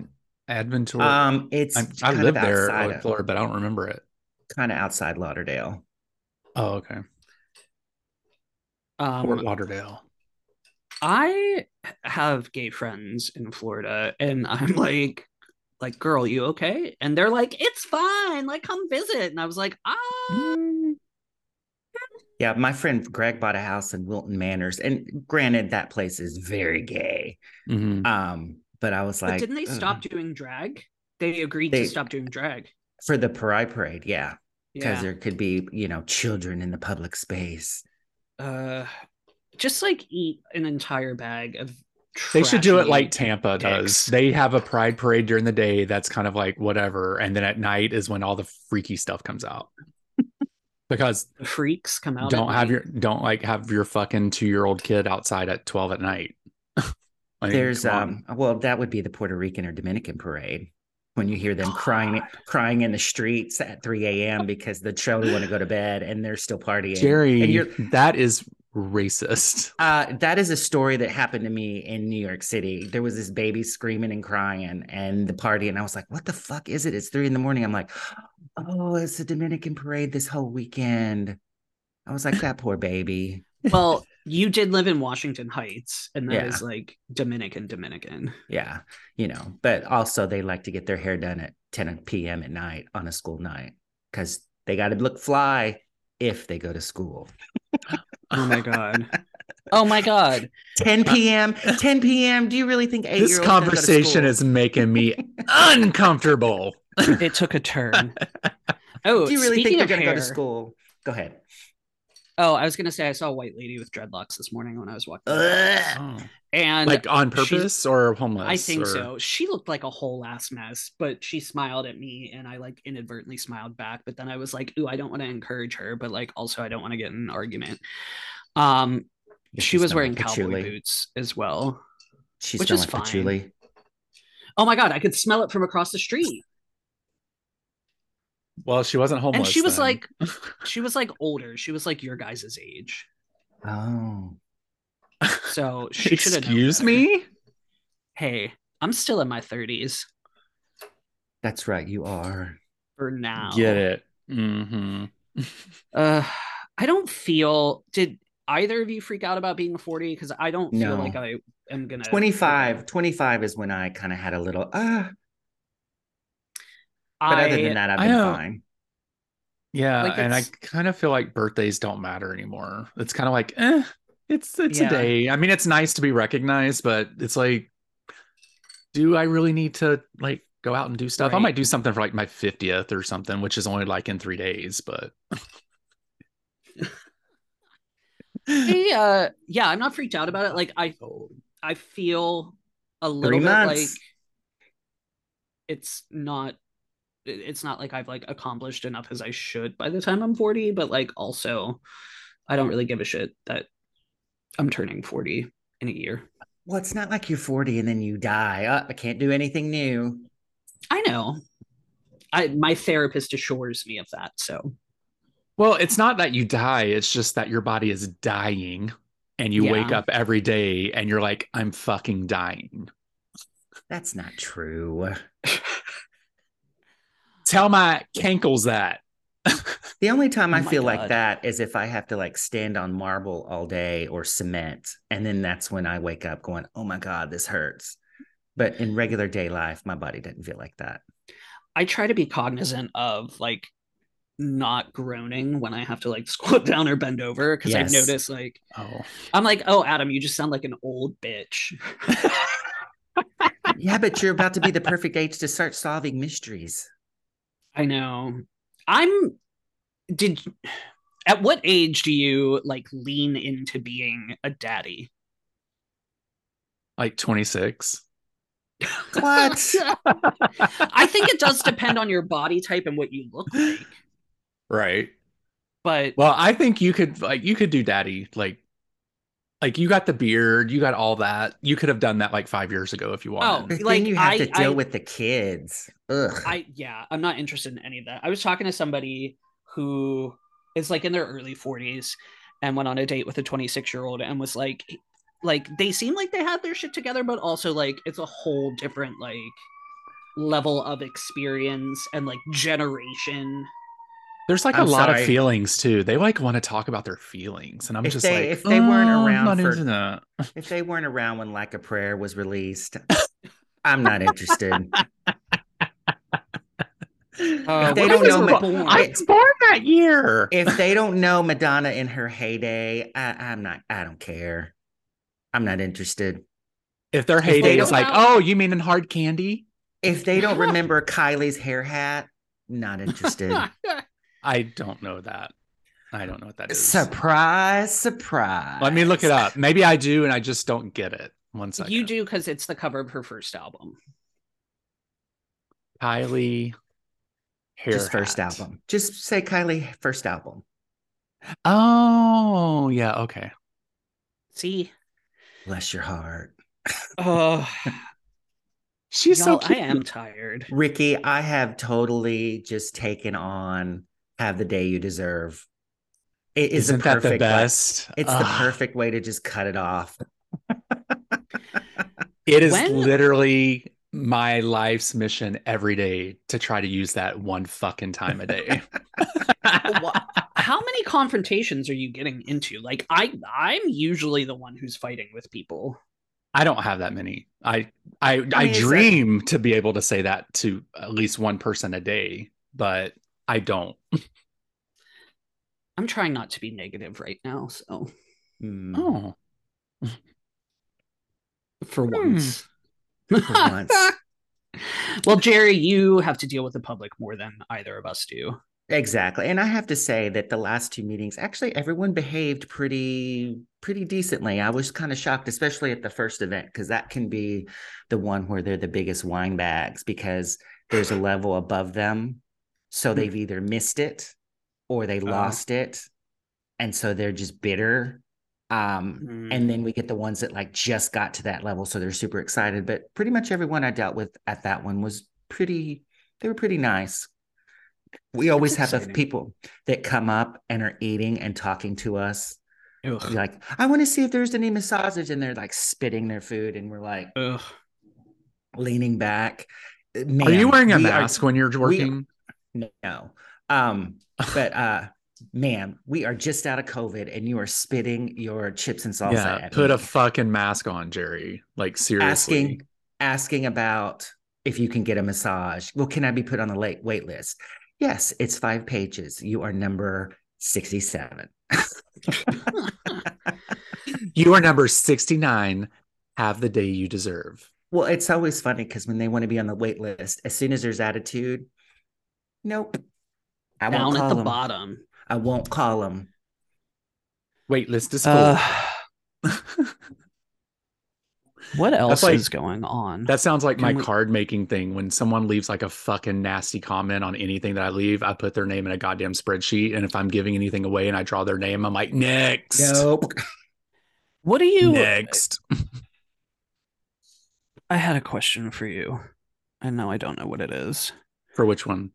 S4: Adventura?
S6: Um, it's
S4: I, I
S6: kind of
S4: lived there,
S6: outside
S4: like, Florida, but I don't remember it.
S6: kind of outside Lauderdale.
S4: Oh, okay. Fort
S5: Um,
S4: Lauderdale.
S5: I have gay friends in Florida and I'm like, like, girl, you okay? And they're like, it's fine. Like, come visit. And I was like, ah,
S4: Mm.
S6: Yeah, my friend Greg bought a house in Wilton Manors, and granted, that place is very gay.
S4: Mhm.
S6: Um, but I was
S5: but
S6: like,
S5: didn't they
S4: uh,
S6: "Ugh."
S5: stop doing drag? They agreed
S6: They-
S5: to stop doing drag.
S6: for the Pride Parade? Yeah, because
S5: Yeah.
S6: there could be you know children in the public space.
S5: Uh, just like eat an entire bag of.
S4: They should do it
S5: trashy-
S4: like Tampa does.
S5: dicks.
S4: They have a pride parade during the day that's kind of like whatever. And then at night is when all the freaky stuff comes out. because
S5: the freaks come out.
S4: don't
S5: at
S4: have
S5: night.
S4: your don't like have your fucking two year old kid outside at twelve at night. I mean,
S6: There's
S4: come on.
S6: um, well, that would be the Puerto Rican or Dominican parade when you hear them crying crying in the streets at 3 a.m. because the children want to go to bed and they're still partying.
S4: Jerry,
S6: and you're
S4: that is racist.
S6: Uh, that is a story that happened to me in New York City. There was this baby screaming and crying and the party, and I was like, "What the fuck is it?" It's three in the morning. I'm like, "Oh, it's the Dominican parade this whole weekend." I was like, "That poor baby."
S5: well, you did live in Washington Heights, and that is
S6: Yeah.
S5: like Dominican, Dominican.
S6: Yeah, you know. But also, they like to get their hair done at 10 p.m. at night on a school night because they got to look fly if they go to school.
S5: Oh my god. oh my god.
S6: 10 p.m. 10 p.m. Do you really think eight?
S4: This conversation is making me uncomfortable.
S5: It took a turn. Oh,
S6: Do you really think
S5: speaking
S6: they're
S5: of
S6: going to go to
S5: hair-
S6: school? Go ahead.
S5: Oh, I was gonna say I saw a white lady with dreadlocks this morning when I was walking,
S6: Ugh.
S5: and
S4: like on
S5: she's-
S4: purpose or homeless?
S5: Oh. I think
S4: or-
S5: so. She looked like a whole ass mess, but she smiled at me and I like inadvertently smiled back. But then I was like, ooh, I don't want to encourage her, but like also I don't want to get in an argument. Um
S6: Does
S5: she was
S6: smell
S5: wearing
S6: like
S5: cowboy
S6: patchouli?
S5: boots as well.
S6: She
S5: which
S6: smelled
S5: is
S6: like
S5: fine.
S6: patchouli.
S5: Oh my god, I could smell it from across the street.
S4: Well, she wasn't
S5: and
S4: homeless.
S5: she was
S4: then.
S5: like she was like older. She was like your guys' age.
S6: Oh,
S5: So she should have
S4: "Excuse me."
S5: Hey, I'm still in my 30s
S6: that's right. You are.
S5: for now.
S4: Get it? hmm
S5: Uh, I don't feel. Did either of you freak out about being 40? Because I don't feel
S6: No.
S5: like I am gonna.
S6: 25. 25 is when I kind of had a little, ah, but
S5: I,
S6: other than that, I've
S4: I
S6: been
S4: don't-
S6: fine.
S4: Yeah,
S5: Like,
S4: and I
S5: it's-
S4: kind of feel like birthdays don't matter anymore. It's kind of like, eh, it's it's
S5: Yeah.
S4: a day. I mean, it's nice to be recognized, but it's like, do I really need to like go out and do stuff? I
S5: Right.
S4: might do something for like my fiftieth or something, which is only like in three days. But
S5: I, uh, yeah, I'm not freaked out about it. Like I, I feel a little
S6: Three
S5: bit
S6: months.
S5: like it's not. it- It's not like I've like accomplished enough as I should by the time I'm 40, but like also, I don't really give a shit that I'm turning 40 in a year.
S6: Well, it's not like you're 40 and then you die. Uh, I can't do anything new.
S5: I know. I my therapist assures me of that. So
S4: well, it's not that you die; it's just that your body is dying, and you wake
S5: Yeah.
S4: up every day and you're like, I'm fucking dying.
S6: That's not true.
S4: Tell my cankles that.
S6: The only time
S5: Oh
S6: I
S5: my
S6: feel
S5: God.
S6: like that is if I have to like stand on marble all day or cement. And then that's when I wake up going, oh my God, this hurts. But in regular day life, my body doesn't feel like that.
S5: I try to be cognizant of like not groaning when I have to like squat down or bend over because
S6: Yes.
S5: I notice like
S4: Oh,
S5: I'm like, oh Adam, you just sound like an old bitch.
S6: yeah, but you're about to be the perfect age to start solving mysteries.
S5: I know. I'm did at what age do you like lean into being a daddy?
S4: like 26.
S6: What?
S5: I think it does depend on your body type and what you look like.
S4: Right.
S5: But
S4: Well, I think you could like you could do daddy like like you got the beard, you got all that. You could have done that like 5 years ago if you wanted.
S5: Oh.
S6: But
S5: Like,
S6: then you have
S5: I-
S6: to deal
S5: I-
S6: with the kids. Ugh.
S5: I yeah, I'm not interested in any of that. I was talking to somebody who is like in their early 40s and went on a date with a 26 year old and was like like they seem like they have their shit together but also like it's a whole different like level of experience and like generation
S4: There's like a
S6: I'm
S4: lot
S6: sorry.
S4: of feelings too. They like want to talk about their feelings and I'm
S6: If
S4: just
S6: they-
S4: like
S6: if they weren't
S4: "Oh, I'm
S6: around
S4: not
S6: for- Uh,
S4: into that."
S6: if they weren't around when Like a Prayer was released, I'm not interested.
S5: Uh,
S6: if they
S5: when
S6: don't
S5: was
S6: know,
S5: it
S6: Ma-
S5: born?
S4: I was born that year.
S6: if they don't know Madonna in her heyday, I, I'm not. I don't care. I'm not interested.
S4: If their heyday
S6: don't-
S4: is like, "Oh, you mean in hard candy?"
S6: If they don't remember Kylie's hair hat, not interested.
S4: I don't know that. I don't know what that is.
S6: surprise, surprise.
S4: Let me look it up. Maybe I do and I just don't get it. One second.
S5: you do because it's the cover of her first album
S4: Kylie hair
S6: Just first
S4: hat.
S6: album. Just say Kylie first album.
S4: Oh, yeah, okay.
S5: see
S6: Bless your heart.
S5: oh
S4: She's so
S5: y'all,
S4: cute.
S5: i am tired
S6: Ricky, I have totally just taken on have the day you deserve. It is
S4: Isn't
S6: the perfect
S4: that the
S6: way-
S4: best? Ah,
S6: It's the
S4: Ugh.
S6: perfect way to just cut it off.
S4: It is
S5: When-
S4: literally my life's mission every day to try to use that one fucking time a day.
S5: Wha- how many confrontations are you getting into like i i'm usually the one who's fighting with people
S4: I don't have that many. I I I,
S6: mean, it's a-
S4: dream to be able to say that to at least one person a day, but I don't.
S5: i'm trying not to be negative right now so
S6: Hmm,
S4: Oh,
S5: for
S4: Hmm.
S5: once
S6: for once.
S5: well jerry you have to deal with the public more than either of us do
S6: Exactly. And I have to say that the last two meetings, actually everyone behaved pretty pretty decently. I was kind of shocked, especially at the first event, because that can be the one where they're the biggest wine bags because there's a level above them. So they've either missed it or they lost it. And so they're just bitter. Um, and then we get the ones that like just got to that level. So they're super excited. But pretty much everyone I dealt with at that one was pretty, they were pretty nice. We always have the
S5: exciting.
S6: people that come up and are eating and talking to us.
S5: Ugh.
S6: Like, I want to see if there's any massages. And they're like spitting their food and we're like
S5: Ugh.
S6: leaning back.
S4: are you
S6: Man,
S4: wearing a
S6: we are-
S4: mask when you're working?
S6: no. Um, but uh ma'am, we are just out of COVID and you are spitting your chips and salsa
S4: yeah,
S6: at
S4: put
S6: me.
S4: a fucking mask on, Jerry. Like seriously.
S6: asking asking about if you can get a massage. Well, can I be put on the late wait list? Yes, it's five pages. You are number 67.
S4: You are number 69. Have the day you deserve.
S6: Well, it's always funny because when they want to be on the wait list, as soon as there's attitude, nope. I
S5: down
S6: won't call
S5: at the
S6: them.
S5: bottom
S6: I won't call them.
S4: Wait list is full.
S5: Uh, what else
S4: like-
S5: is going on
S4: that sounds like my
S6: can we-
S4: card making thing. When someone leaves like a fucking nasty comment on anything that I leave, I put their name in a goddamn spreadsheet. And if I'm giving anything away and I draw their name, I'm like, next.
S6: Nope.
S5: what do you
S4: Next.
S5: i had a question for you and now i don't know what it is
S4: For which one?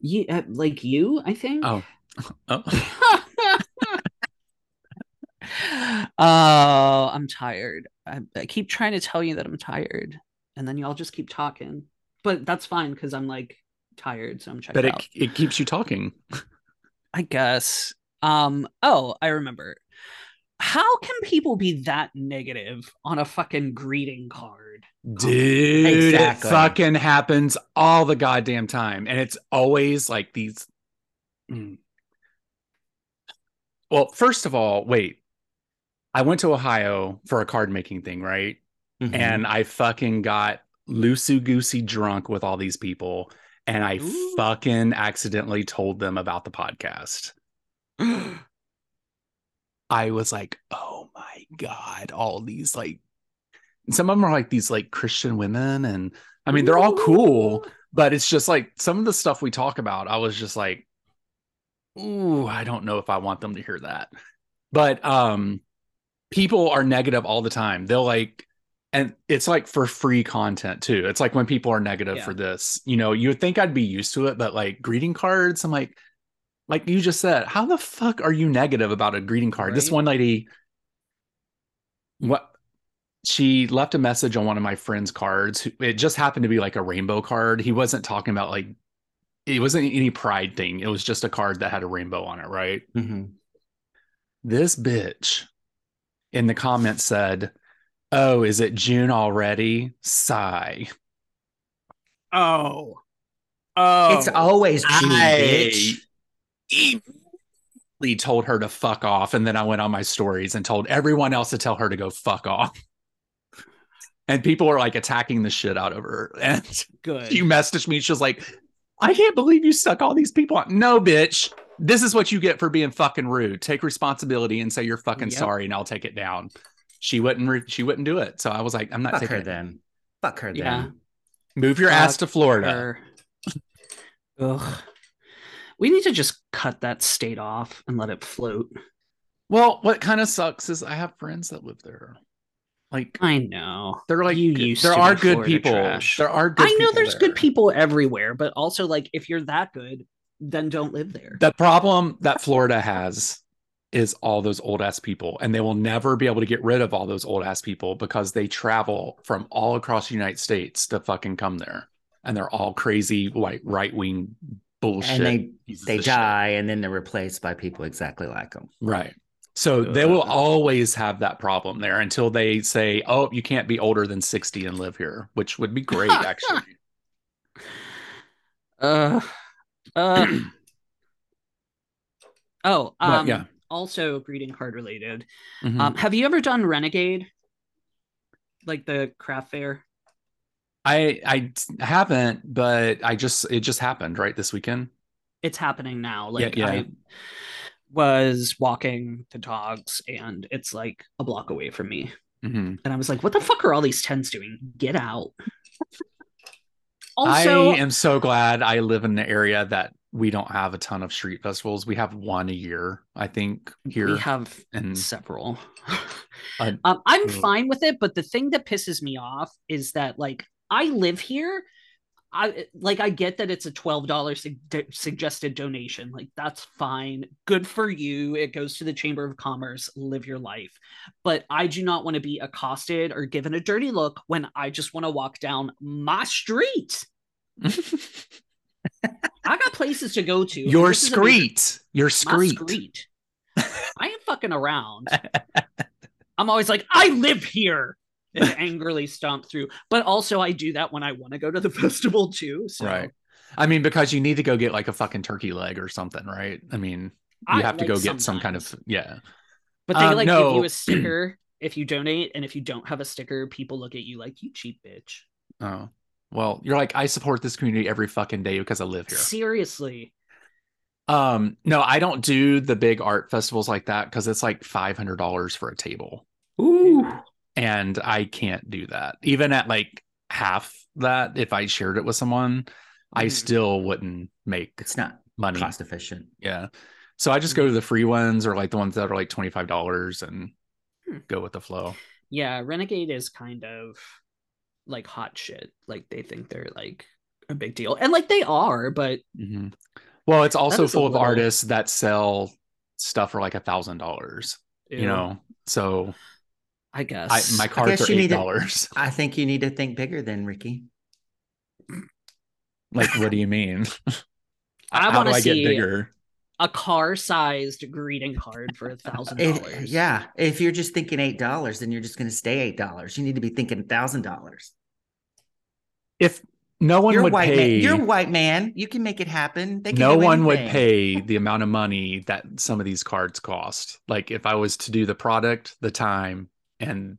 S5: yeah uh, like you i think
S4: Oh. Oh.
S5: oh, I'm tired. I, I keep trying to tell you that I'm tired, and then y'all just keep talking. But that's fine because I'm like tired, so I'm checked
S4: But
S5: out.
S4: it, it keeps you talking.
S5: I guess. Um. Oh, I remember. How can people be that negative on a fucking greeting card?
S4: Dude,
S6: Exactly.
S4: it fucking happens all the goddamn time. And it's always like these Mm. Well, first of all, wait. I went to Ohio for a card making thing, right?
S6: Mm-hmm,
S4: And I fucking got loosey goosey drunk with all these people. And I
S5: Ooh.
S4: fucking accidentally told them about the podcast.
S6: Mhm.
S4: I was like, oh my God, all these like, some of them are like these like Christian women. And I mean, they're all cool, but it's just like some of the stuff we talk about, I was just like, ooh, I don't know if I want them to hear that. But um people are negative all the time. They'll like and it's like for free content too. It's like when people are negative
S5: Yeah.
S4: for this, you know, you would think I'd be used to it, but like greeting cards, I'm like, like you just said, how the fuck are you negative about a greeting card? This
S5: Right.
S4: one lady, what she left a message on one of my friend's cards. who- It just happened to be like a rainbow card. He wasn't talking about like it wasn't any pride thing. It was just a card that had a rainbow on it, right?
S6: Mhm.
S4: This bitch in the comments said, "Oh, is it June already?" Sigh.
S5: Oh. Oh.
S6: It's always June,
S4: I-
S6: bitch.
S4: Immediately told her to fuck off, and then I went on my stories and told everyone else to tell her to go fuck off. And people are like attacking the shit out of her. And
S5: good.
S4: you messaged me. She was like, I can't believe you stuck all these people on. No, bitch. This is what you get for being fucking rude. Take responsibility and say you're fucking
S5: Yep.
S4: sorry, and I'll take it down. She wouldn't. Re- she wouldn't do it. So I was like, I'm not
S6: Fuck
S4: taking
S6: her
S4: it.
S6: then. Fuck her
S5: Yeah.
S6: then.
S4: Move your ass to Florida.
S5: Or- Ugh. We need to just cut that state off and let it float.
S4: Well, what kind of sucks is I have friends that live there. Like
S5: I know.
S4: they're like
S5: You
S4: good-
S5: used
S4: there
S5: to
S4: are
S5: be
S4: good
S5: Florida
S4: people.
S5: trash.
S4: There are. Good
S5: I know
S4: people
S5: there's
S4: there.
S5: good people everywhere, but also like if you're that good, then don't live there.
S4: The problem that Florida has is all those old ass people, and they will never be able to get rid of all those old ass people because they travel from all across the United States to fucking come there, and they're all crazy white right wing bullshit.
S6: And they
S4: pieces
S6: they
S4: of
S6: die and then they're replaced by people exactly like them.
S4: shit. right? So they will always have that problem there until they say, "Oh, you can't be older than sixty and live here," which would be great actually.
S5: Uh, uh. oh,
S4: But,
S5: um,
S4: yeah.
S5: also greeting card related.
S4: Mhm.
S5: Um, have you ever done Renegade? Like the craft fair?
S4: I I haven't, but I just it just happened right this weekend.
S5: It's happening now.
S4: Yeah,
S5: Like
S4: yeah.
S5: I was walking the dogs and it's like a block away from me.
S4: Mhm.
S5: And I was like, what the fuck are all these tents doing? Get out. Also,
S4: I am so glad I live in an area that we don't have a ton of street festivals. We have one a year, I think, here.
S5: we have
S4: and
S5: several.
S4: Mm-hmm. I-
S5: um, I'm
S4: Mm.
S5: fine with it, but the thing that pisses me off is that like I live here. I like I get that it's a twelve dollar suggested donation. Like that's fine, good for you. It goes to the Chamber of Commerce. Live your life, but I do not want to be accosted or given a dirty look when I just want to walk down my street. I got places to go to. and
S4: your
S5: this isn't even-
S4: screet, your
S5: my
S4: screet.
S5: screet. I ain't fucking around. I'm always like, I live here. And angrily stomp through. But also, I do that when I want to go to the festival too. So
S4: Right. I mean, because you need to go get like a fucking turkey leg or something, right? I mean, you
S5: I
S4: have to
S5: like
S4: go get some kind of
S5: sometimes.
S4: yeah.
S5: But they
S4: Um,
S5: like give
S4: no.
S5: you a sticker if you donate, and if you don't have a sticker, people look at you like you cheap bitch.
S4: Oh. Well, you're like, I support this community every fucking day because I live here.
S5: Seriously,
S4: Um, no, I don't do the big art festivals like that because it's like five hundred dollars for a table.
S6: Ooh.
S4: and I can't do that. Even at like half that, if I shared it with someone, I
S5: Mhm.
S4: still wouldn't make
S6: It's not
S4: money.
S6: cost efficient.
S4: Yeah. So I just
S5: Mm-hmm.
S4: go to the free ones or like the ones that are like twenty five dollars and
S5: Hmm.
S4: go with the flow.
S5: yeah, Renegade is kind of like hot shit. Like they think they're like a big deal, and like they are, but
S4: Mhm. Well, it's also
S5: is a
S4: full of
S5: little-
S4: artists that sell stuff for like a thousand dollars. You
S5: ew,
S4: know, so
S5: I guess
S4: I, my cards
S6: guess
S4: are
S6: you need
S4: eight
S6: to-
S4: dollars.
S6: I think you need to think bigger than Ricky.
S4: like, what do you mean?
S5: I
S4: How
S5: wanna
S4: do I get
S5: see-
S4: bigger?
S5: a car sized greeting card for a thousand
S6: If,
S5: dollars.
S6: yeah. If you're just thinking eight dollars, then you're just gonna stay eight dollars. You need to be thinking a thousand dollars.
S4: if no one
S6: you're
S4: would
S6: white.
S4: pay.
S6: Man. You're a white man. You can make it happen. They can
S4: no
S6: do
S4: one would
S6: anything.
S4: pay the amount of money that some of these cards cost. Like if I was to do the product, the time, and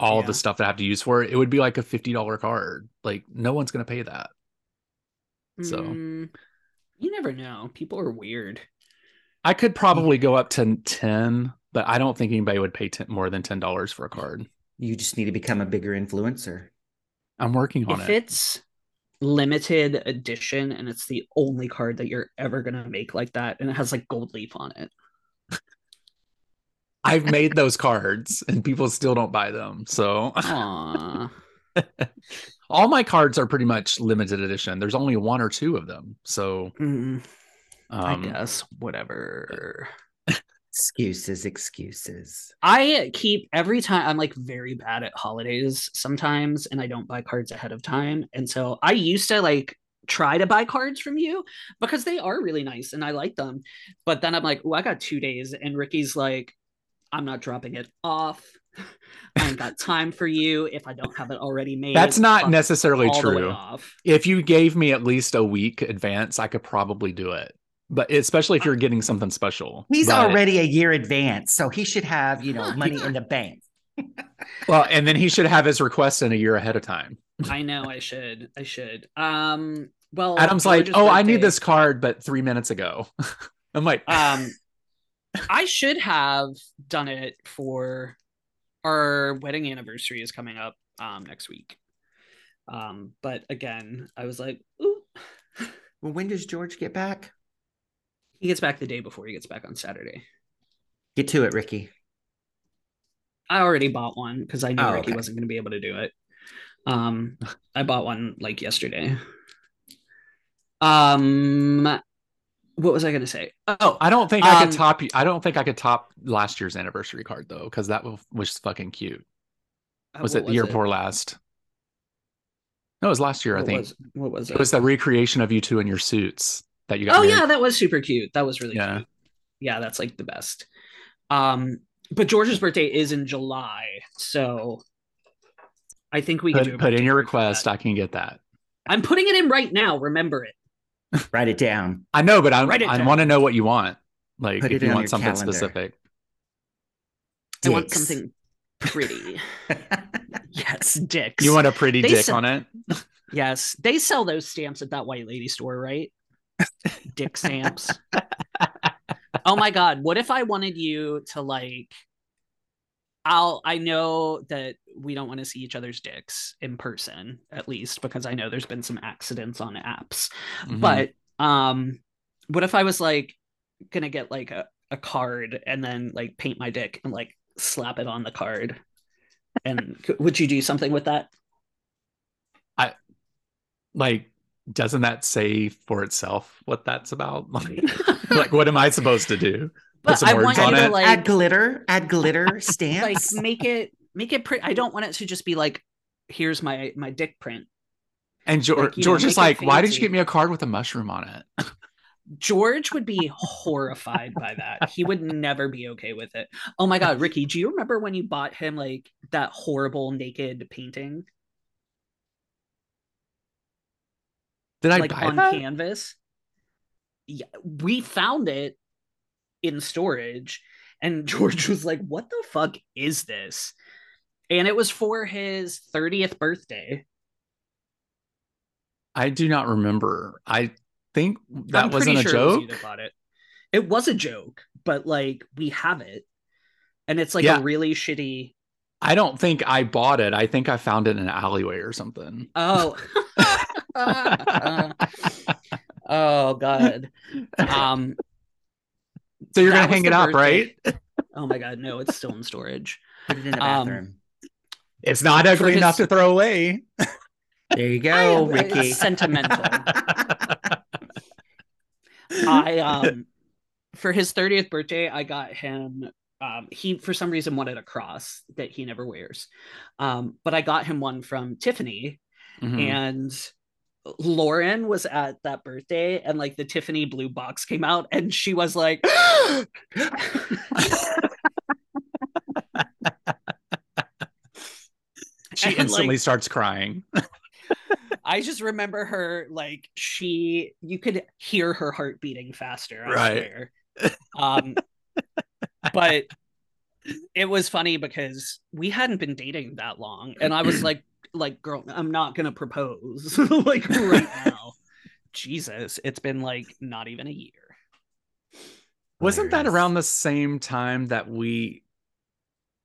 S4: all of
S6: Yeah.
S4: the stuff that I have to use for it, it would be like a fifty dollar card. Like no one's gonna pay that. So.
S5: Mm, you never know. People are weird.
S4: I
S6: Mm.
S4: could probably go up to ten, but I don't think anybody would pay 10, more than ten dollars for a card.
S6: You just need to become a bigger influencer.
S4: I'm working on
S5: if
S4: it.
S5: it's limited edition and it's the only card that you're ever gonna make like that, and it has like gold leaf on it,
S4: I've made those cards and people still don't buy them. So
S5: Aw.
S4: all my cards are pretty much limited edition. There's only one or two of them. So
S5: Mm, I
S4: um,
S5: guess whatever.
S6: Excuses, excuses.
S5: I keep every time I'm like very bad at holidays sometimes and I don't buy cards ahead of time. And so I used to like try to buy cards from you because they are really nice and I like them. But then I'm like, oh, I got two days. And Ricky's like, I'm not dropping it off. I ain't got time for you if I don't have it already made.
S4: that's not
S5: Fuck
S4: necessarily
S5: all the way
S4: true.
S5: off.
S4: If you gave me at least a week advance, I could probably do it. But especially if you're getting something special.
S6: He's
S4: But-
S6: already a year advanced, so he should have, you know, money in the bank.
S4: well, and then he should have his request in a year ahead of time.
S5: I know I should. I should. Um well
S4: Adam's like,
S5: George's
S4: "Oh, I need
S5: birthday-
S4: this card, but three minutes ago." I'm like,
S5: um i should have done it for our wedding anniversary is coming up um next week um but again i was like ooh
S6: Well, when does George get back?
S5: he gets back the day before he gets back on saturday
S6: Get to it, Ricky.
S5: i already bought one because i knew
S6: Oh,
S5: ricky
S6: okay.
S5: wasn't going to be able to do it um i bought one like yesterday um what was i going to say oh
S4: I don't think I
S5: Um,
S4: could top you. I don't think I could top last year's anniversary card though, because that wa- was fucking cute. Was
S5: uh, what
S4: it the year before last? No, it was last year. I
S5: What
S4: think
S5: was- what was it,
S4: it was the recreation of you two in your suits that you got.
S5: oh
S4: married-
S5: yeah that was super cute that was really
S4: Yeah.
S5: cute yeah that's like the best um but george's birthday is in july so i think we can do a
S4: Put, put in
S5: birthday
S4: your
S5: party for
S4: request.
S5: that.
S4: I can get that.
S5: i'm putting it in right now remember it
S6: Write it down.
S4: I know, but I'm,
S5: Write it
S4: I
S5: down.
S4: want to know what you want. Like,
S6: Put
S4: if
S6: it
S4: you
S6: on
S4: want
S6: your
S4: something
S6: calendar.
S4: specific.
S5: i want
S6: Dicks.
S5: something pretty yes dicks
S4: You want a pretty
S5: They
S4: dick
S5: said-
S4: on it?
S5: yes they sell those stamps at that white lady store right dick stamps oh my god what if i wanted you to like i'll i know that we don't want to see each other's dicks in person at least because i know there's been some accidents on apps
S4: Mhm.
S5: but um what if i was like gonna get like a, a card and then like paint my dick and like slap it on the card and c- would you do something with that
S4: like, doesn't that say for itself what that's about? Like, like, what am I supposed to do?
S5: but
S4: some
S5: i
S4: words
S5: want you
S4: on
S5: to
S4: it.
S5: like
S6: add glitter, add glitter
S5: like mm,
S6: stamps.
S5: make it make it pretty i don't want it to just be like here's my my dick print
S4: And George,
S5: you know,
S4: George
S5: make
S4: is
S5: it
S4: like, why did you
S5: fancy."
S4: get me a card with a mushroom on it?
S5: george would be horrified by that he would never be okay with it oh my god ricky do you remember when you bought him like that horrible naked painting
S4: Did I
S5: like
S4: buy
S5: on
S4: that?
S5: canvas yeah we found it in storage and george was like what the fuck is this and it was for his 30th birthday
S4: I do not remember. I think that
S5: I'm pretty
S4: wasn't a
S5: sure It was, you
S4: joke.
S5: that bought it. it was a joke, but like we have it, and it's like
S4: Yeah.
S5: a really shitty.
S4: I don't think I bought it. I think I found it in an alleyway or something.
S5: Oh, Uh, oh god. Um,
S4: so you're
S5: that
S4: gonna
S5: was
S4: hang it
S5: the
S4: up, right?
S5: oh my god, no, it's still in storage.
S6: Put it in the
S5: um,
S6: bathroom.
S4: It's not ugly
S5: his-
S4: enough to throw away.
S6: there you
S5: Oh,
S6: go, Ricky.
S5: sentimental. I um, for his 30th birthday, I got him. Um, he for some reason wanted a cross that he never wears, um, but I got him one from Tiffany,
S4: Mhm.
S5: and Lauren was at that birthday and like the Tiffany blue box came out and she was like
S4: she
S5: and,
S4: instantly
S5: like-
S4: starts crying.
S5: I just remember her like she you could hear her heart beating faster. I
S4: Right.
S5: swear. Um but it was funny because we hadn't been dating that long and I was like like girl I'm not going to propose like right now. Jesus, it's been like not even a year.
S4: Wasn't that
S6: Hilarious.
S4: around the same time that we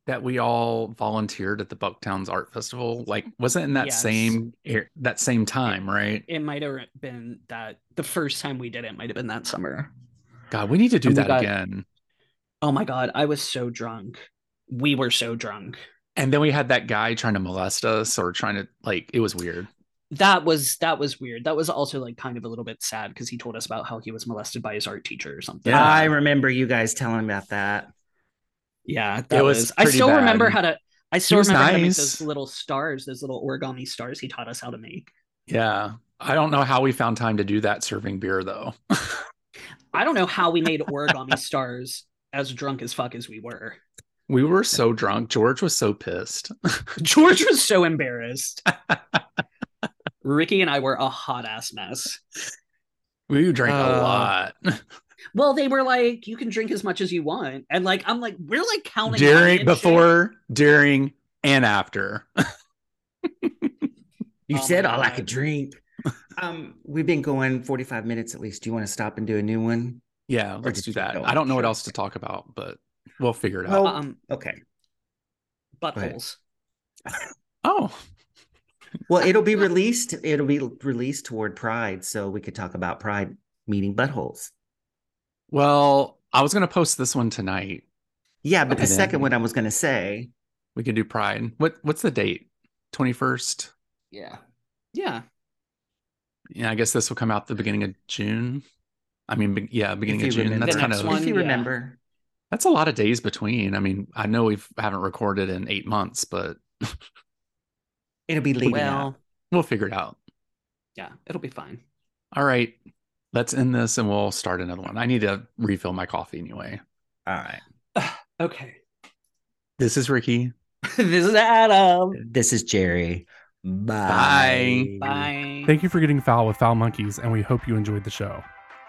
S4: that we all volunteered at the Bucktowns Art Festival? Like, wasn't in that
S5: Yes.
S4: same air- that same time, right?
S5: It might have been that the first time we did it might have been that summer.
S4: God, we need to do
S5: And we
S4: that
S5: got-
S4: again.
S5: Oh my god, I was so drunk. We were so drunk.
S4: And then we had that guy trying to molest us or trying to like it was weird.
S5: that was that was weird. That was also like kind of a little bit sad because he told us about how he was molested by his art teacher or something.
S4: Yeah.
S6: I remember you guys telling about that.
S5: yeah, that
S4: was
S5: was. I
S4: pretty
S5: still remember
S4: bad.
S5: how to. I still
S4: was
S5: remember how to make
S4: nice.
S5: those little stars, those little origami stars he taught us how to make.
S4: Yeah. I don't know how we found time to do that serving beer though.
S5: I don't know how we made origami stars as drunk as fuck as we were.
S4: We were so drunk. George was so pissed.
S5: George was so embarrassed. Ricky and I were a hot ass mess.
S4: We drank
S6: Uh,
S4: a lot.
S5: Well, they were like, you can drink as much as you want. And like, I'm like, we're like counting money and
S4: During
S5: shit.
S4: before, during, and after.
S6: You
S5: Oh
S6: said
S5: my
S6: all I
S5: God.
S6: could drink. Um, we've been going 45 minutes at least. Do you want to stop and do a new one?
S4: Yeah, let's
S6: did
S4: do
S6: you
S4: that.
S6: go
S4: I don't know what
S6: after?
S4: else to talk about, but we'll figure it out.
S6: Well-
S5: um,
S6: Okay.
S5: buttholes.
S4: Oh,
S6: Well, it'll be released. It'll be released toward Pride, so we could talk about Pride meeting buttholes.
S4: well, I was going to post this one tonight.
S6: Yeah, but
S4: Okay,
S6: the
S4: then.
S6: second one I was going to say,
S4: We could do Pride. What what's the date? 21st.
S5: Yeah. Yeah.
S4: Yeah, I guess this will come out the beginning of June. I mean, be- yeah, beginning
S6: you
S4: of June.
S6: remember.
S4: That's
S5: The
S4: kind
S5: next
S4: of
S5: one.
S6: if you
S5: yeah.
S6: remember,
S4: that's a lot of days between. I mean, I know we haven't recorded in 8 months, but
S6: it'll be leading
S5: well,
S6: up.
S4: we'll figure it out.
S5: yeah, it'll be fine.
S4: All right. Let's end this and we'll start another one. I need to refill my coffee anyway.
S6: All right.
S5: Okay.
S4: This is Ricky.
S5: this is Adam.
S6: This is Jerry.
S4: Bye.
S5: Bye.
S7: Thank you for getting foul with Foul Monkeys, and we hope you enjoyed the show.